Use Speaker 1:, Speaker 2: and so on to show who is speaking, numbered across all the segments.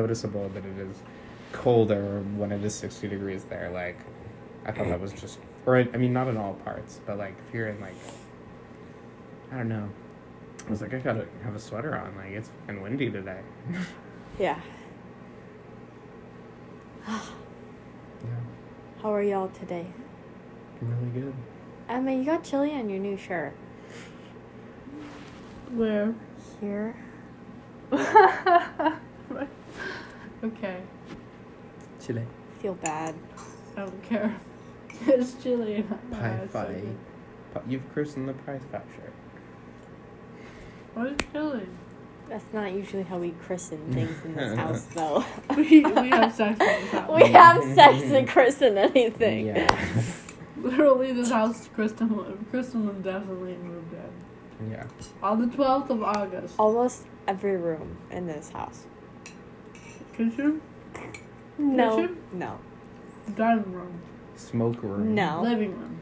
Speaker 1: noticeable that it is colder when it is 60 degrees there. Like, I thought that was just, or I mean, not in all parts, but like if you're in like, I don't know. I was like, I gotta have a sweater on. Like, it's fucking windy today.
Speaker 2: Yeah.
Speaker 1: yeah,
Speaker 2: How are y'all today?
Speaker 1: really good.
Speaker 2: I mean, you got chili on your new shirt.
Speaker 3: Where?
Speaker 2: Here.
Speaker 3: okay.
Speaker 1: Chile.
Speaker 2: Feel bad.
Speaker 3: I don't care. It's chilly. and I- my
Speaker 1: Pie
Speaker 3: eyes are
Speaker 1: Fi.
Speaker 3: good.
Speaker 1: Pi- You've christened the prize fight shirt.
Speaker 3: What is chilly?
Speaker 2: That's not usually how we christen things in this house, though.
Speaker 3: We, we have sex all the time.
Speaker 2: We have sex and christen anything.
Speaker 1: Yeah.
Speaker 3: Literally, this house, Kristen, li- Kristen lived definitely moved in.
Speaker 1: yeah.
Speaker 3: On the 12th of August.
Speaker 2: Almost every room in this house.
Speaker 3: Could you?
Speaker 2: No.
Speaker 3: Kitchen?
Speaker 2: No.
Speaker 3: Dining room.
Speaker 1: Smoke room.
Speaker 2: No.
Speaker 3: Living room.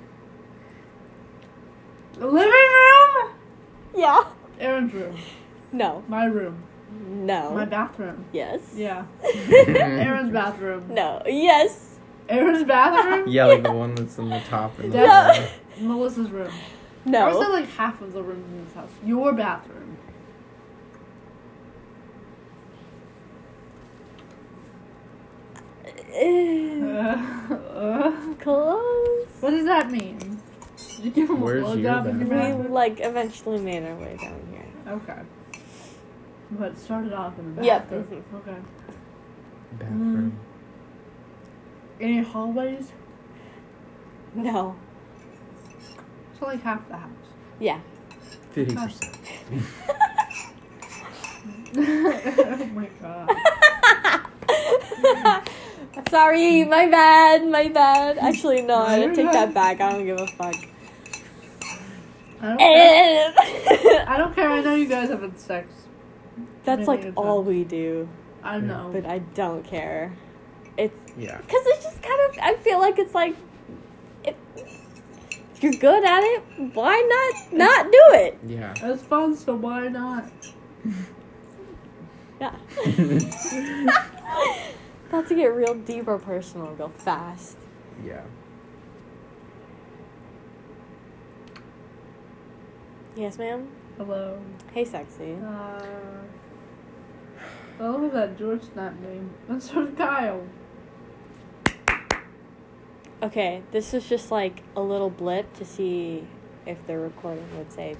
Speaker 3: The living room?
Speaker 2: Yeah.
Speaker 3: Aaron's room.
Speaker 2: No.
Speaker 3: My room.
Speaker 2: No.
Speaker 3: My bathroom.
Speaker 2: yes.
Speaker 3: Yeah. Aaron's bathroom.
Speaker 2: No. Yes.
Speaker 3: Aaron's bathroom?
Speaker 1: Yeah, like the one that's in the top. And the
Speaker 3: No.
Speaker 1: bottom.
Speaker 3: Melissa's room. I
Speaker 2: No.
Speaker 3: said like half of the rooms in this house. Your bathroom. Uh,
Speaker 2: Close.
Speaker 3: what does that mean? Did you give him
Speaker 1: Where's
Speaker 3: a
Speaker 1: your
Speaker 3: blowjob in your
Speaker 2: We
Speaker 3: bathroom?
Speaker 2: like eventually made our way down here.
Speaker 3: Okay. But it started off in the
Speaker 2: Yep. Mm-hmm.
Speaker 3: bathroom. Okay.
Speaker 1: Bathroom.
Speaker 3: Any hallways?
Speaker 2: No.
Speaker 3: So like half the house.
Speaker 2: Yeah.
Speaker 1: Fifty percent.
Speaker 3: oh my god.
Speaker 2: Sorry, my bad, my bad. Actually, no, I
Speaker 3: You're
Speaker 2: take that
Speaker 3: not-
Speaker 2: back. I don't give a fuck.
Speaker 3: I don't care.
Speaker 2: Eh.
Speaker 3: I
Speaker 2: I
Speaker 3: don't care. I know you guys haven't sex.
Speaker 2: That's
Speaker 3: Maybe
Speaker 2: like
Speaker 3: it's
Speaker 2: all
Speaker 3: not.
Speaker 2: we do,
Speaker 3: I know.
Speaker 2: but I don't care. It's
Speaker 1: Yeah.
Speaker 2: because it's just kind of. I feel like it's like if, if you're good at it, why not not do it?
Speaker 1: Yeah.
Speaker 3: It's fun, so why not?
Speaker 2: Yeah. About to get real deep or personal real fast.
Speaker 1: yeah.
Speaker 2: Yes, ma'am.
Speaker 3: Hello.
Speaker 2: Hey, sexy.
Speaker 3: Uh, I love that George Snap name. And so did Kyle.
Speaker 2: Okay, this is just like a little blip to see if the recording would say